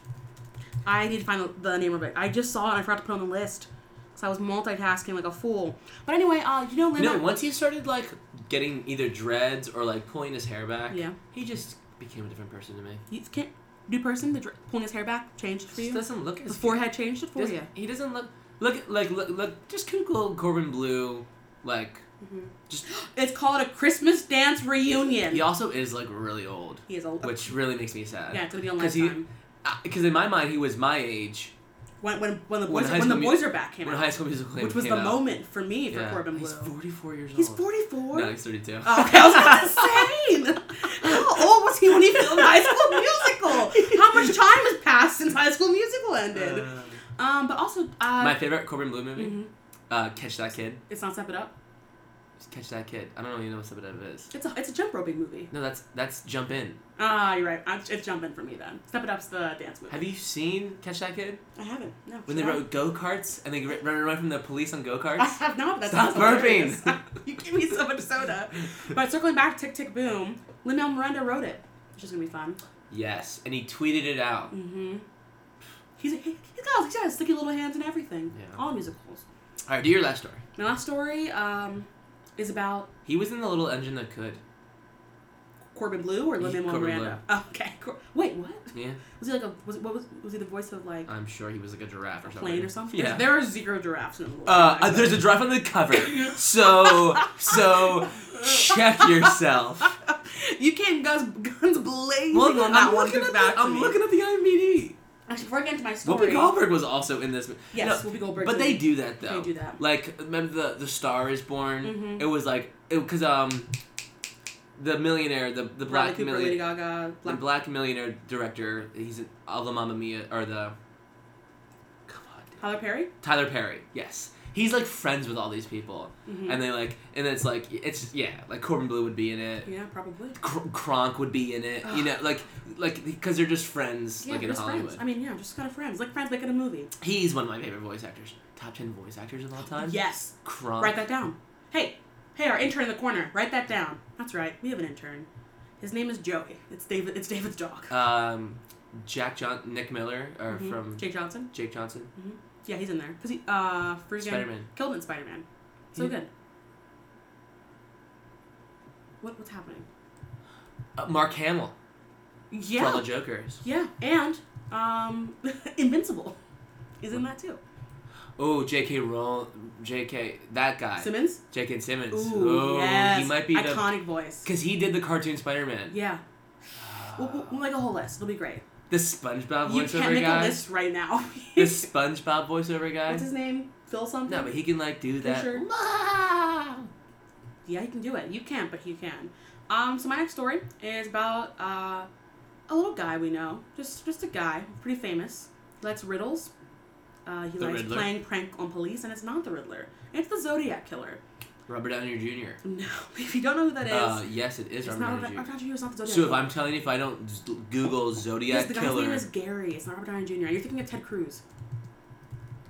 I need to find the, the name of it. I just saw it. and I forgot to put it on the list because I was multitasking like a fool. But anyway, uh, you know, Linda.
No, once he started like getting either dreads or like pulling his hair back,
Yeah.
he just became a different person to me.
you can't. New person, the dr- pulling his hair back changed for
He
you.
just doesn't look as
The forehead changed it for
doesn't-
you.
He doesn't look look like look look just Google Corbin Blue like
Mm-hmm.
just
It's called a Christmas dance reunion.
he also is like really old,
He is a
which really makes me sad.
yeah, it's gonna be on
because he
lifetime.
because in my mind he was my age
When when when the
When
boys
High
when, the
School Mu-
boys are back came
when
out,
High School Musical
which was
came
the
out.
moment for me for
Yeah.
Corbin Blue.
He's forty four years
He's
old.
forty four.
No, he's thirty two.
Oh, okay, I was about to say. How old was he when he filmed High School Musical? How much time has passed since High School Musical ended? um, but also, uh,
Uh, My favorite Corbin Blue movie,
mhm.
uh, Catch That Kid.
it's not Step It Up.
Just Catch That Kid. I don't really know what Step It Up is.
It's a it's a jump roping movie.
No, that's that's Jump In.
Ah, you're right. I'm, it's jumping for me then. Step It Up's the dance movie.
Have you seen Catch That Kid?
I haven't. No.
When
should
they
I?
rode go karts and they ri- run away from the police on go
I
karts.
have not. That's
Stop
hilarious.
burping.
you give me so much soda. But circling back, Tick Tick Boom, Lin-Manuel Miranda wrote it, which is gonna be fun.
Yes, and he tweeted it out.
Mm-hmm. He's he, he's got he's got sticky little hands and everything.
Yeah.
All musicals.
All right, do your last story.
My last story um, is about
He was in the little engine that could.
Corbin Blue or Lin-Manuel
Corbin
Miranda. Oh, okay. Cor- Wait, what?
Yeah,
Was he like a was what was was he the voice of like
I'm sure he was like a giraffe or
a
something.
plane or something?
Yeah.
There are zero giraffes in the world.
uh, uh, there's a giraffe on the cover. So so check yourself.
you came guns guns blazing
Well,
on that
I'm
one.
looking at
back
the,
to
I'm
me.
looking at the
E
IMDb.
Actually, before I get into my story,
Whoopi Goldberg was also in this.
Yes, Whoopi Goldberg
But
did.
they do that though.
They do that.
Like remember the the Star is Born.
Mhm.
It was like because um, the millionaire, the
Bradley
the black
Cooper, Lady
millionaire,
Gaga,
the
Black
black millionaire director. He's in all the Mamma Mia or the. Come on, dude.
Tyler Perry.
Tyler Perry. Yes. He's like friends with all these people,
Mhm.
and they like, and it's like, it's yeah, like Corbin Blue would be in it,
Yeah, probably.
Cr- Kronk would be in it, you know, like, like because they're just friends,
Yeah,
like in
just
Hollywood.
friends. I mean, yeah, just kind of friends. Like friends making a movie.
He's one of my favorite voice actors. Top ten voice actors of all time.
Yes.
Crumb.
Write that down. Hey, hey, our intern in the corner. Write that down. That's right. We have an intern. His name is Joey. It's David. It's David's dog.
Um, Jack John, Nick Miller, or
Mhm.
from
Jake Johnson.
Jake Johnson.
Yeah, he's in there because he uh free
Spider-Man.
killed in Spider Man. So
Yeah.
good. What what's happening?
Uh, Mark Hamill for all
Yeah.
the Jokers.
Yeah, and um, Invincible is in that too.
Oh, J.K. Roll, J.K. That guy,
Simmons.
J.K. Simmons.
Ooh,
oh,
yes.
he might be the
iconic voice.
because he did the cartoon Spider-Man.
Yeah. We'll, we'll- we'll make a whole list. It'll be great.
The SpongeBob
You
voiceover
can't make
guy.
a list right now.
The SpongeBob voiceover guy.
What's his name? Phil something?
no, but he can like do that.
sure.
Ah!
Yeah, he can do it. You can't, but he can. Um, so my next story is about uh, a little guy we know. Just just a guy, pretty famous. He likes riddles. Uh, he
The
likes
Riddler.
playing prank on police, and it's not the Riddler. It's the Zodiac Killer.
Robert Downey Jr.
No, if you don't know who that is,
Uh, yes, it
it's
is Robert
not
Downey
Robert,
Jr.
Robert Downey Jr. It's not the Zodiac.
So if
Killer.
I'm telling you, if I don't just Google
Because
Zodiac
the guy's
Killer,
name is Gary. It's not Robert Downey Jr. You're thinking of Ted Cruz.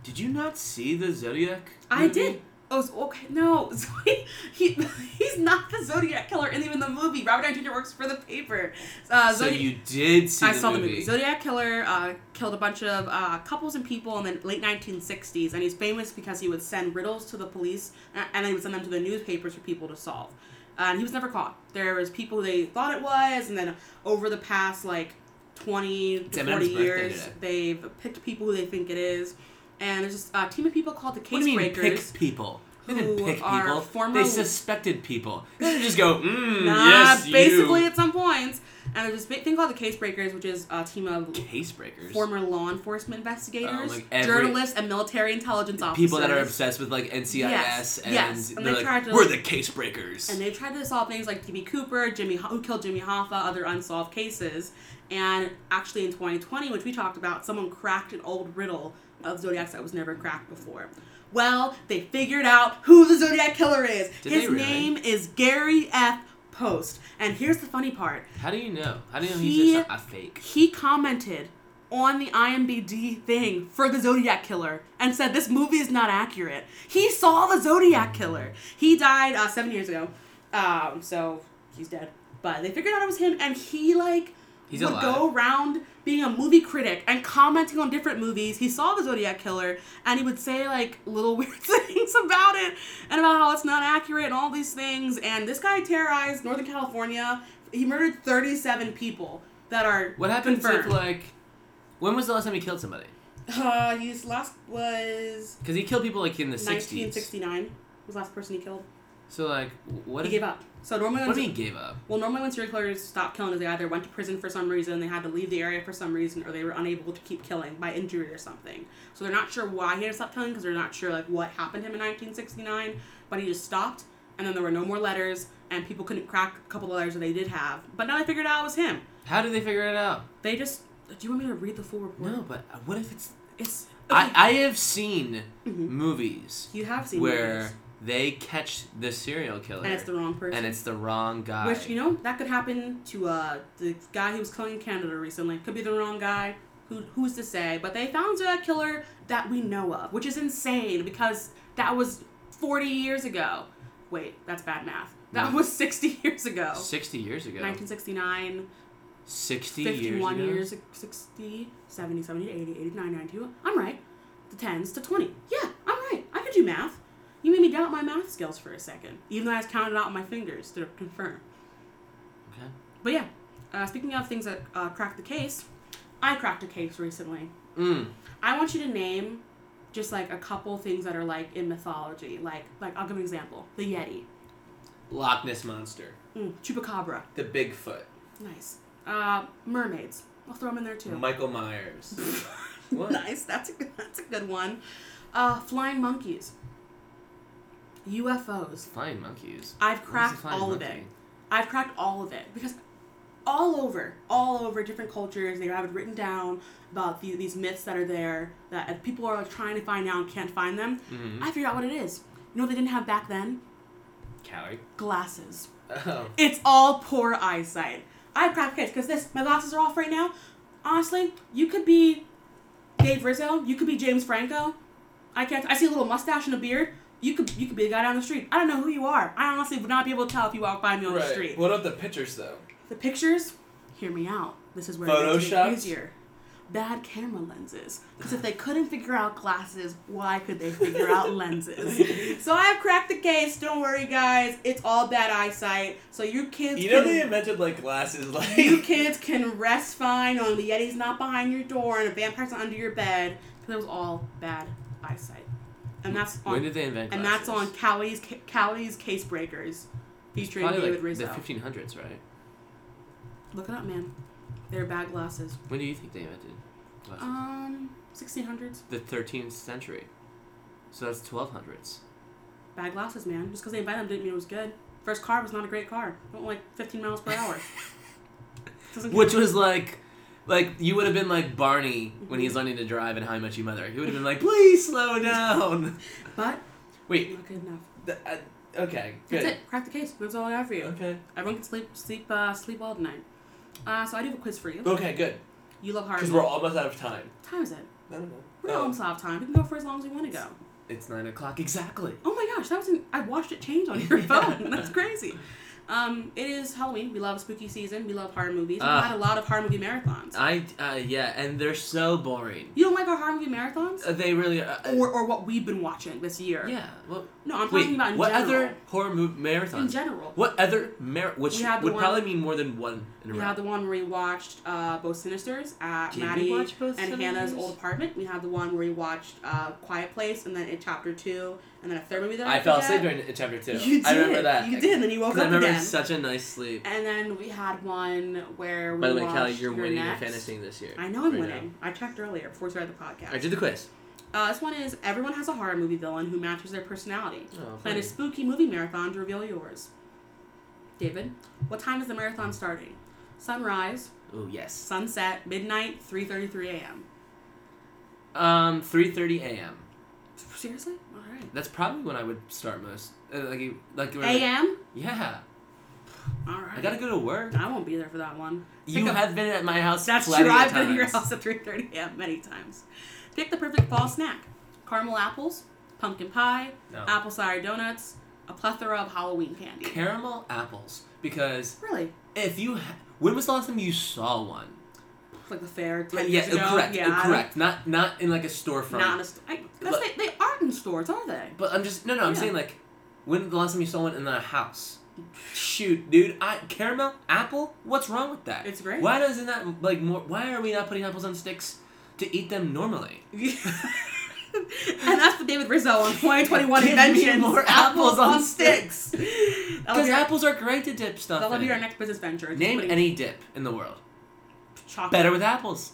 did you not see the Zodiac?
I
movie?
did. Oh, so- okay. No, so he, he he's not the Zodiac killer in even the movie. Robert Downey Jr. works for the paper. Uh,
So
Zodiac-
you did see
I
the
saw
movie.
the movie. Zodiac killer uh, killed a bunch of uh, couples and people in the late 1960s, and he's famous because he would send riddles to the police, uh, and then he would send them to the newspapers for people to solve. Uh, and he was never caught. There was people they thought it was, and then over the past like 20
It's
to
Eminem's
40
birthday
years,
today.
they've picked people who they think it is. And there's just a team of people called the Case
What do you mean
Breakers.
pick people? They
who
didn't pick
are
people.
former-
They suspected people. They didn't just go, mm,
Nah,
yes,
basically
you.
at some points. And there's this big thing called the Case Breakers, which is a team of
Case breakers.
former law enforcement investigators,
Oh, like every-
journalists, and military intelligence officers.
people that are obsessed with like NCIS
Yes,
and,
yes, and
they're
they
like,
tried to-
we're the case breakers.
And they tried to solve things like DB Cooper, Jimmy Ho- who killed Jimmy Hoffa, other unsolved cases. And actually, in 2020, which we talked about, someone cracked an old riddle of Zodiacs that was never cracked before. Well, they figured out who the Zodiac killer is.
Did
His
they really?
name is Gary F. Post. And here's the funny part.
How do you know? How do you know
He-
he's just a fake?
he commented on the IMBD thing for the Zodiac Killer and said this movie is not accurate. He saw the Zodiac Killer. He died uh, seven years ago, um, so he's dead. But they figured out it was him, and he like
He's
would
alive.
go around being a movie critic and commenting on different movies. He saw the Zodiac Killer, and he would say like little weird things about it and about how it's not accurate and all these things. And this guy terrorized Northern California. He murdered thirty-seven people that are
What happens
confirmed.
if like, when was the last time he killed somebody?
Uh, his last was
Because he killed people like in the 60s.
1969. Was the last person he killed.
So like, what
He
if,
gave up. So normally,
What
when
do you mean gave up?
well, normally when serial killers stop killing, they either went to prison for some reason, they had to leave the area for some reason, or they were unable to keep killing by injury or something. So they're not sure why he had to stop killing because they're not sure like what happened to him in 1969. But he just stopped, and then there were no more letters, and people couldn't crack a couple of letters that they did have. But now they figured out it was him.
How did they figure it out?
They just. Do you want me to read the full report?
No, but uh, what if it's?
It's.
I
okay, Mm-hmm.
I have seen movies
you have seen
where
movies,
they catch the serial killer
and it's the wrong person.
and it's the wrong guy.
Which you know that could happen to uh the guy who was killing in Canada recently. Could be the wrong guy. Who who's to say? But they found a killer that we know of, which is insane because that was forty years ago. Wait, that's bad math. That
No.
was sixty years ago.
Sixty years ago.
1969,
Sixty years
51
ago.
years, 60, 70, 70, 80, 89, 92. I'm right. The 10s to 20. Yeah, I'm right. I could do math. You made me doubt my math skills for a second, even though I was counted out on my fingers to confirm.
Okay.
But yeah, uh, speaking of things that uh, cracked the case, I cracked a case recently.
Mm.
I want you to name just like a couple things that are like in mythology. Like, like I'll give an example: the Yeti,
Loch Ness monster.
mm, Chupacabra,
The Bigfoot.
nice. Uh, mermaids. I'll throw them in there too.
Michael Myers. what?
nice. That's a good, that's a good one. Uh, flying monkeys. UFOs.
Flying monkeys.
I've
Where's the
cracked
flying
all of it.
monkey?
I've cracked all of it because all over, all over different cultures, they have it written down about the, these myths that are there that if people are trying to find now and can't find them.
Mm-hmm.
I figured out what it is. You know what they didn't have back then?
Coward.
Glasses.
Oh.
It's all poor eyesight. I cracked kids because this, my glasses are off right now. Honestly, you could be Dave Rizzo, you could be James Franco. I can't. I see a little mustache and a beard. You could you could be the guy down the street. I don't know who you are. I honestly would not be able to tell if you walk by me on the street.
What about the pictures though?
The pictures, hear me out. This is where it gets
Photoshopped?
even easier. Bad camera lenses. Because if they couldn't figure out glasses, why could they figure out lenses? So I have cracked the case. Don't worry, guys. It's all bad eyesight. So you kids,
You know
can,
they invented like glasses like
you kids can rest fine on the Yeti's not behind your door and a vampire's not under your bed. Because it was all bad eyesight. And that's on.
When did they invent
and
glasses?
that's on Cowie's Ca- Cowie's Case Breakers, featuring
Probably
David
like
Rizzo.
the 1500s, right?
Look it up, man. They're bad glasses.
When do you think they invented glasses?
Um, 1600s.
the 13th century. So that's 1200s.
Bad glasses, man. Just because they invented them didn't mean it was good. First car was not a great car. Went like 15 miles per hour. Doesn't
Which was like, like you would have been like Barney when he's learning to drive in How I Met Your Mother. He would have been like, please slow down.
But
Wait,
not good enough.
th- uh, Okay. Good.
That's it. Crack the case. That's all I have for you.
Okay.
Everyone can sleep sleep uh, sleep well tonight. Uh, so I do have a quiz for you.
Okay. Good.
You love hard.
Because we're Oh. almost out of time.
What time is it?
I don't know.
We're almost out of time. We can go for as long as we want to go.
It's nine o'clock exactly.
Oh my gosh, that was an, I watched it change on your phone. That's crazy. Um, it is Halloween. We love spooky season. We love horror movies.
Ah.
We've had a lot of horror movie marathons.
I uh, yeah, and they're so boring.
you don't like our horror movie marathons?
Uh, they really are. Uh,
or, or what we've been watching this year.
yeah. Well,
No, I'm
wait.
talking about in
what
general.
other horror movie marathons?
In general.
What other mar? Which
We had the
would
one-
probably mean more than one in a
We
row.
had the one where we watched uh, both Sinisters at
Did we
Maddie
watch Both
and Hannah's
Sinisters?
old apartment. We had the one where we watched uh, Quiet Place and then in Chapter 2 and then a third movie that I,
I fell
forget.
asleep during chapter two.
You did.
I remember that.
You did, and then you woke
'Cause I
up
remember
again.
such a nice sleep.
And then we had one where we
By the way,
watched
Callie,
Your
you're winning
Next.
your fantasy this year.
I know I'm
Right now.
winning. I checked earlier before we started the podcast.
I did the quiz.
Uh, this one is everyone has a horror movie villain who matches their personality.
Oh,
Plan
funny.
a spooky movie marathon to reveal yours. David, what time is the marathon starting? Sunrise,
Oh yes.
sunset, midnight, three thirty-three a.m.
Um, three thirty a.m.
Seriously? All right.
That's probably when I would start most. Uh, like, you- like when-
A.M.
Yeah,
All right.
I gotta go to work.
I won't be there for that one.
You
Pick a-
have been at my house.
That's
plenty
true.
of
I've been to your
times.
house at three thirty a.m. many times. Pick the perfect fall snack: caramel apples, pumpkin pie,
No.
apple cider donuts, a plethora of Halloween candy.
Caramel apples, because
really?
if you, ha- when was the last time you saw one?
like the fair ten
Like,
years
yeah,
ago.
correct,
yeah,
correct. Not not in like a storefront.
Not in a st- I, that's
Look-
they, they aren't in stores, are they?
But I'm just no no. I'm
Yeah.
saying like, when the last time you saw one in the house? Shoot, dude. I caramel apple. What's wrong with that?
It's great.
Why doesn't that like more? Why are we not putting apples on sticks to eat them normally?
and that's the David Rizzo on 2021
Give me
invention.
more apples on sticks.
that'll,
Because
be our,
apples are great to dip stuff.
that'll
in.
be our next business venture. It's
Name
putting
any dip in the world.
chocolate
Better with apples.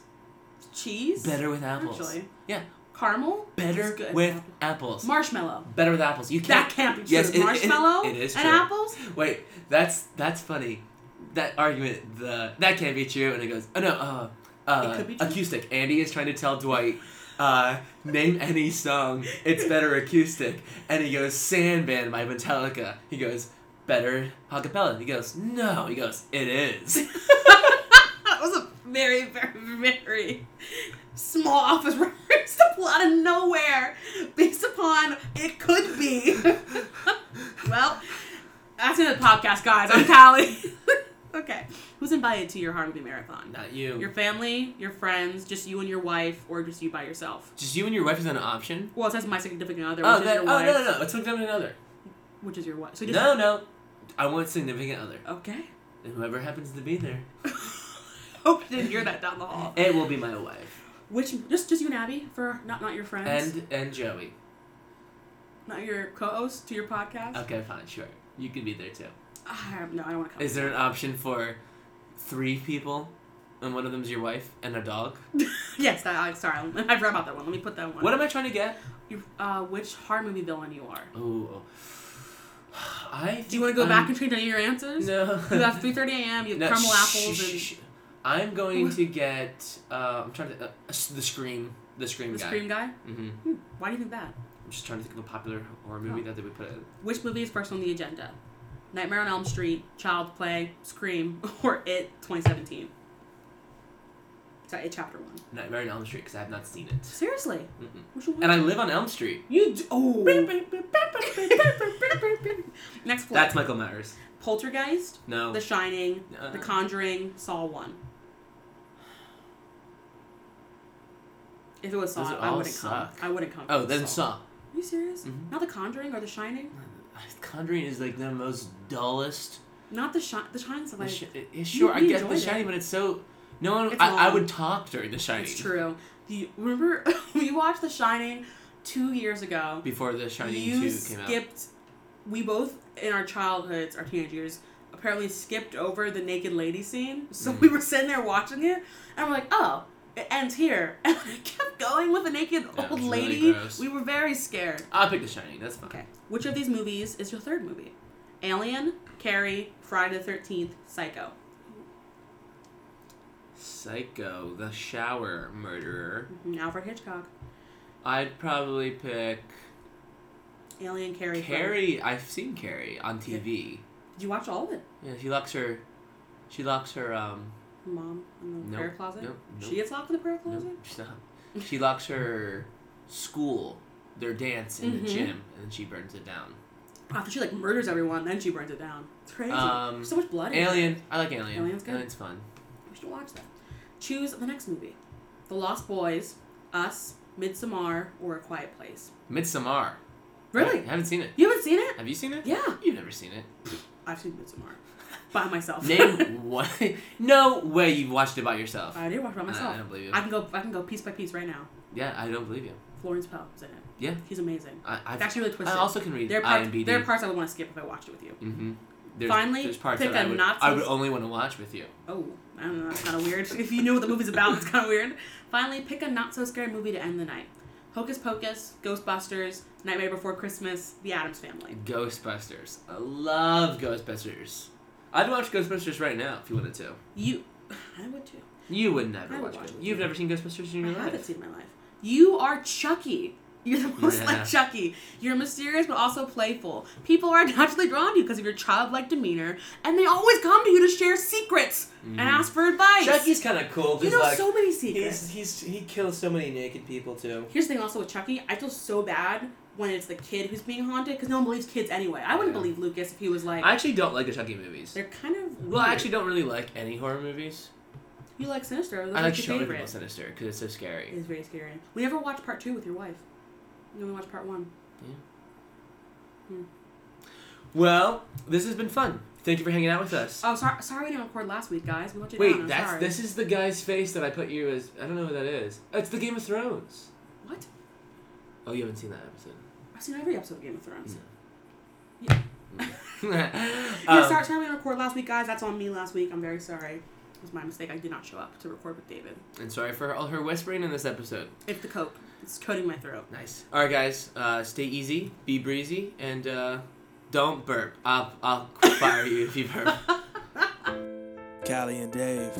cheese.
Better with apples.
Actually.
Yeah.
caramel.
Better
is good.
with apples.
marshmallow.
Better with apples. You
That
can't.
can't be true.
Yes, it- it-
marshmallow
it is
and
true.
apples.
Wait, that's that's funny. That argument, the that can't be true, and it goes, oh no, uh, uh,
It could be true.
acoustic. Andy is trying to tell Dwight, uh, name any song, it's better acoustic, and he goes, Sandman by Metallica. He goes, better acapella. He goes, no. He goes, it is.
That was a very, very, very small office reference to pull out of nowhere based upon it could be. well, that's the end of the podcast, guys. I'm Callie. okay. Who's invited to your Harmony Marathon?
Not you.
Your family, your friends, just you and your wife, or just you by yourself?
Just you and your wife is an option.
Well, it says my significant other, which
Oh,
is
that,
your
oh
wife.
no, no, no. Let's hook them to another.
Which is your wife. So just,
No, no. I want significant other.
Okay.
And whoever happens to be there,
Hope you didn't hear that down the hall.
it will be my wife.
Which just just you and Abby for not not your friends,
And and Joey.
not your co-host to your podcast. Ah,
Okay, fine, sure. You could be there too.
I have, no, I don't want to come.
Is there an option for three people, and one of them's your wife and a dog?
yes, that, I, sorry, I forgot about that one. Let me put that one.
What am I trying to get?
You- uh, which horror movie villain you are?
Oh, I.
Do you want to go back and change any of your answers?
Um, No.
You have 3:30 a.m. You have
No,
caramel
shh,
apples
shh,
and
shh. I'm going to get. Uh, I'm trying to. Uh, s- the scream. The scream
the
guy.
Scream guy.
Mm-hmm.
Hmm, why do you think that?
I'm just trying to think of a popular horror movie
Oh.
that they would put in.
Which movie is first on the agenda? Nightmare on Elm Street, Child Play, Scream, or It 2017? Sorry, It Chapter One.
Nightmare on Elm Street because I have not seen it.
Seriously,
Mm-mm.
which one?
And I live on Elm Street.
you d- oh. Next flip.
That's Michael Myers.
Poltergeist,
No.
The Shining,
Uh.
The Conjuring, Saw One. If it was Saw,
Those
I
all
wouldn't
suck.
come. I wouldn't come.
oh,
for
then Saw.
Are you serious?
Mhm.
Not The Conjuring or The Shining?
Conjuring is like the most dullest.
Not The Shining. The Shining's
The
like
shi- it- it- sure, I
you
get the
enjoyed it.
shiny, but it's so. No one.
It's
I, I
long.
would talk during the shiny.
it's true. Do you remember we watched The Shining two years ago?
Before the shiny
you
two came out.
skipped. We both in our childhoods, our teenage years, apparently skipped over the naked lady scene.
Mm.
So we were sitting there watching it, and we're like, "Oh, it ends here," and I kept going with the naked
Yeah, it
old
was really
lady.
gross.
we were very scared.
I'll pick the shiny. That's fine.
Okay, which of these movies is your third movie? Alien, Carrie, Friday the Thirteenth, Psycho.
Psycho, the shower murderer.
Mm-hmm. Mhm, Alfred Hitchcock.
I'd probably pick.
Alien Carrie. from-
Carrie, I've seen Carrie on TV.
Did you watch all of it?
Yeah, she locks her. She locks her. Um,
Mom in the
Nope,
prayer closet.
nope,
She
nope.
gets locked in the prayer
no,
closet.
stop. She locks her school, their dance in
Mhm.
the gym, and then she burns it down.
After she like murders everyone, then she burns it down. It's crazy.
Um,
There's so much blood. In it.
Alien, I like Alien.
Alien's good.
Alien's fun.
We should watch that. Choose the next movie: The Lost Boys, Us, Midsommar, or A Quiet Place.
Midsommar.
Really?
I haven't seen it.
You haven't seen it?
Have you seen it?
Yeah,
You've never seen it.
I've seen Midsommar by myself.
Name what? No way you watched it by yourself.
I did watch it by
I- I
myself.
don't believe you.
I can go. I can go piece by piece right now.
yeah, I don't believe you.
Florence Pugh is in it.
Yeah.
He's amazing.
I, I've,
It's actually really twisted.
I also can read
there are parts,
IMDb.
There are parts I would want to skip if I watched it with you.
hmm There's,
Finally,
there's parts
pick
that I
a
would,
not so-
I would only want to watch with you.
Oh, I don't know. That's kind of weird. if you knew what the movie's about, it's kind of weird. Finally, pick a not so scary movie to end the night. Hocus Pocus, Ghostbusters, Nightmare Before Christmas, The Addams Family.
Ghostbusters. I love Ghostbusters. I'd watch Ghostbusters right now if you wanted to.
You, I would too.
You would never
I would
watch,
watch
Ghostbusters.
it.
You've never seen Ghostbusters in
I
your
haven't
life.
seen it in my life. You are Chucky. You're the most
Yeah.
like Chucky. You're mysterious but also playful. People are naturally drawn to you because of your childlike demeanor, and they always come to you to share secrets and
Mm-hmm.
ask for advice.
Chucky's kind of cool
you
because
know
like
so many secrets.
he's, he's he kills so many naked people too.
Here's the thing also with Chucky, I feel so bad when it's the kid who's being haunted because no one believes kids anyway. I wouldn't
Yeah.
believe Lucas if he was like,
I actually don't like the Chucky movies.
they're kind of. Weird.
Well, I actually don't really like any horror movies.
You like Sinister. Those
I
are
like
your
showing people
favorite.
Sinister because it's so scary.
It's very scary. We never watched part two with your wife. We only watched part one.
Well, this has been fun. Thank you for hanging out with us.
Oh, sorry, sorry we didn't record last week, guys. We let you down.
Wait,
I'm
that's
sorry.
this is the guy's face that I put you as. I don't know who that is. It's the Game of Thrones.
What?
Oh, you haven't seen that episode.
I've seen every episode of Game of Thrones.
No.
Yeah. yeah,
Um,
sorry, sorry we didn't record last week, guys. That's on me last week. I'm very sorry. It was my mistake. I did not show up to record with David.
And sorry for all her whispering in this episode.
It's the coke. It's coating my throat.
Nice. All right, guys. Uh, stay easy, be breezy, and uh, don't burp. I'll, I'll fire you if you burp.
Callie and Dave.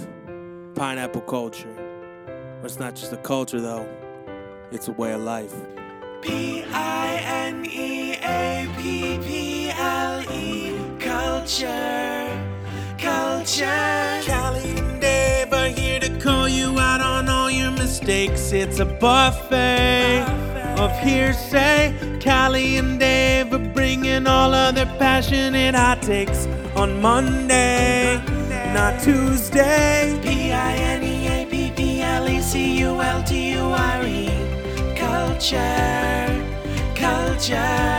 Pineapple culture. It's not just a culture, though, it's a way of life.
P I N E A P P L E Culture Culture
Callie and Dave are here to call you out on all your mistakes. It's a buffet of hearsay. Callie and Dave are bringing all of their passionate hot takes on Monday, not Tuesday.
P I N E A P P L E C U L T U R E Culture Culture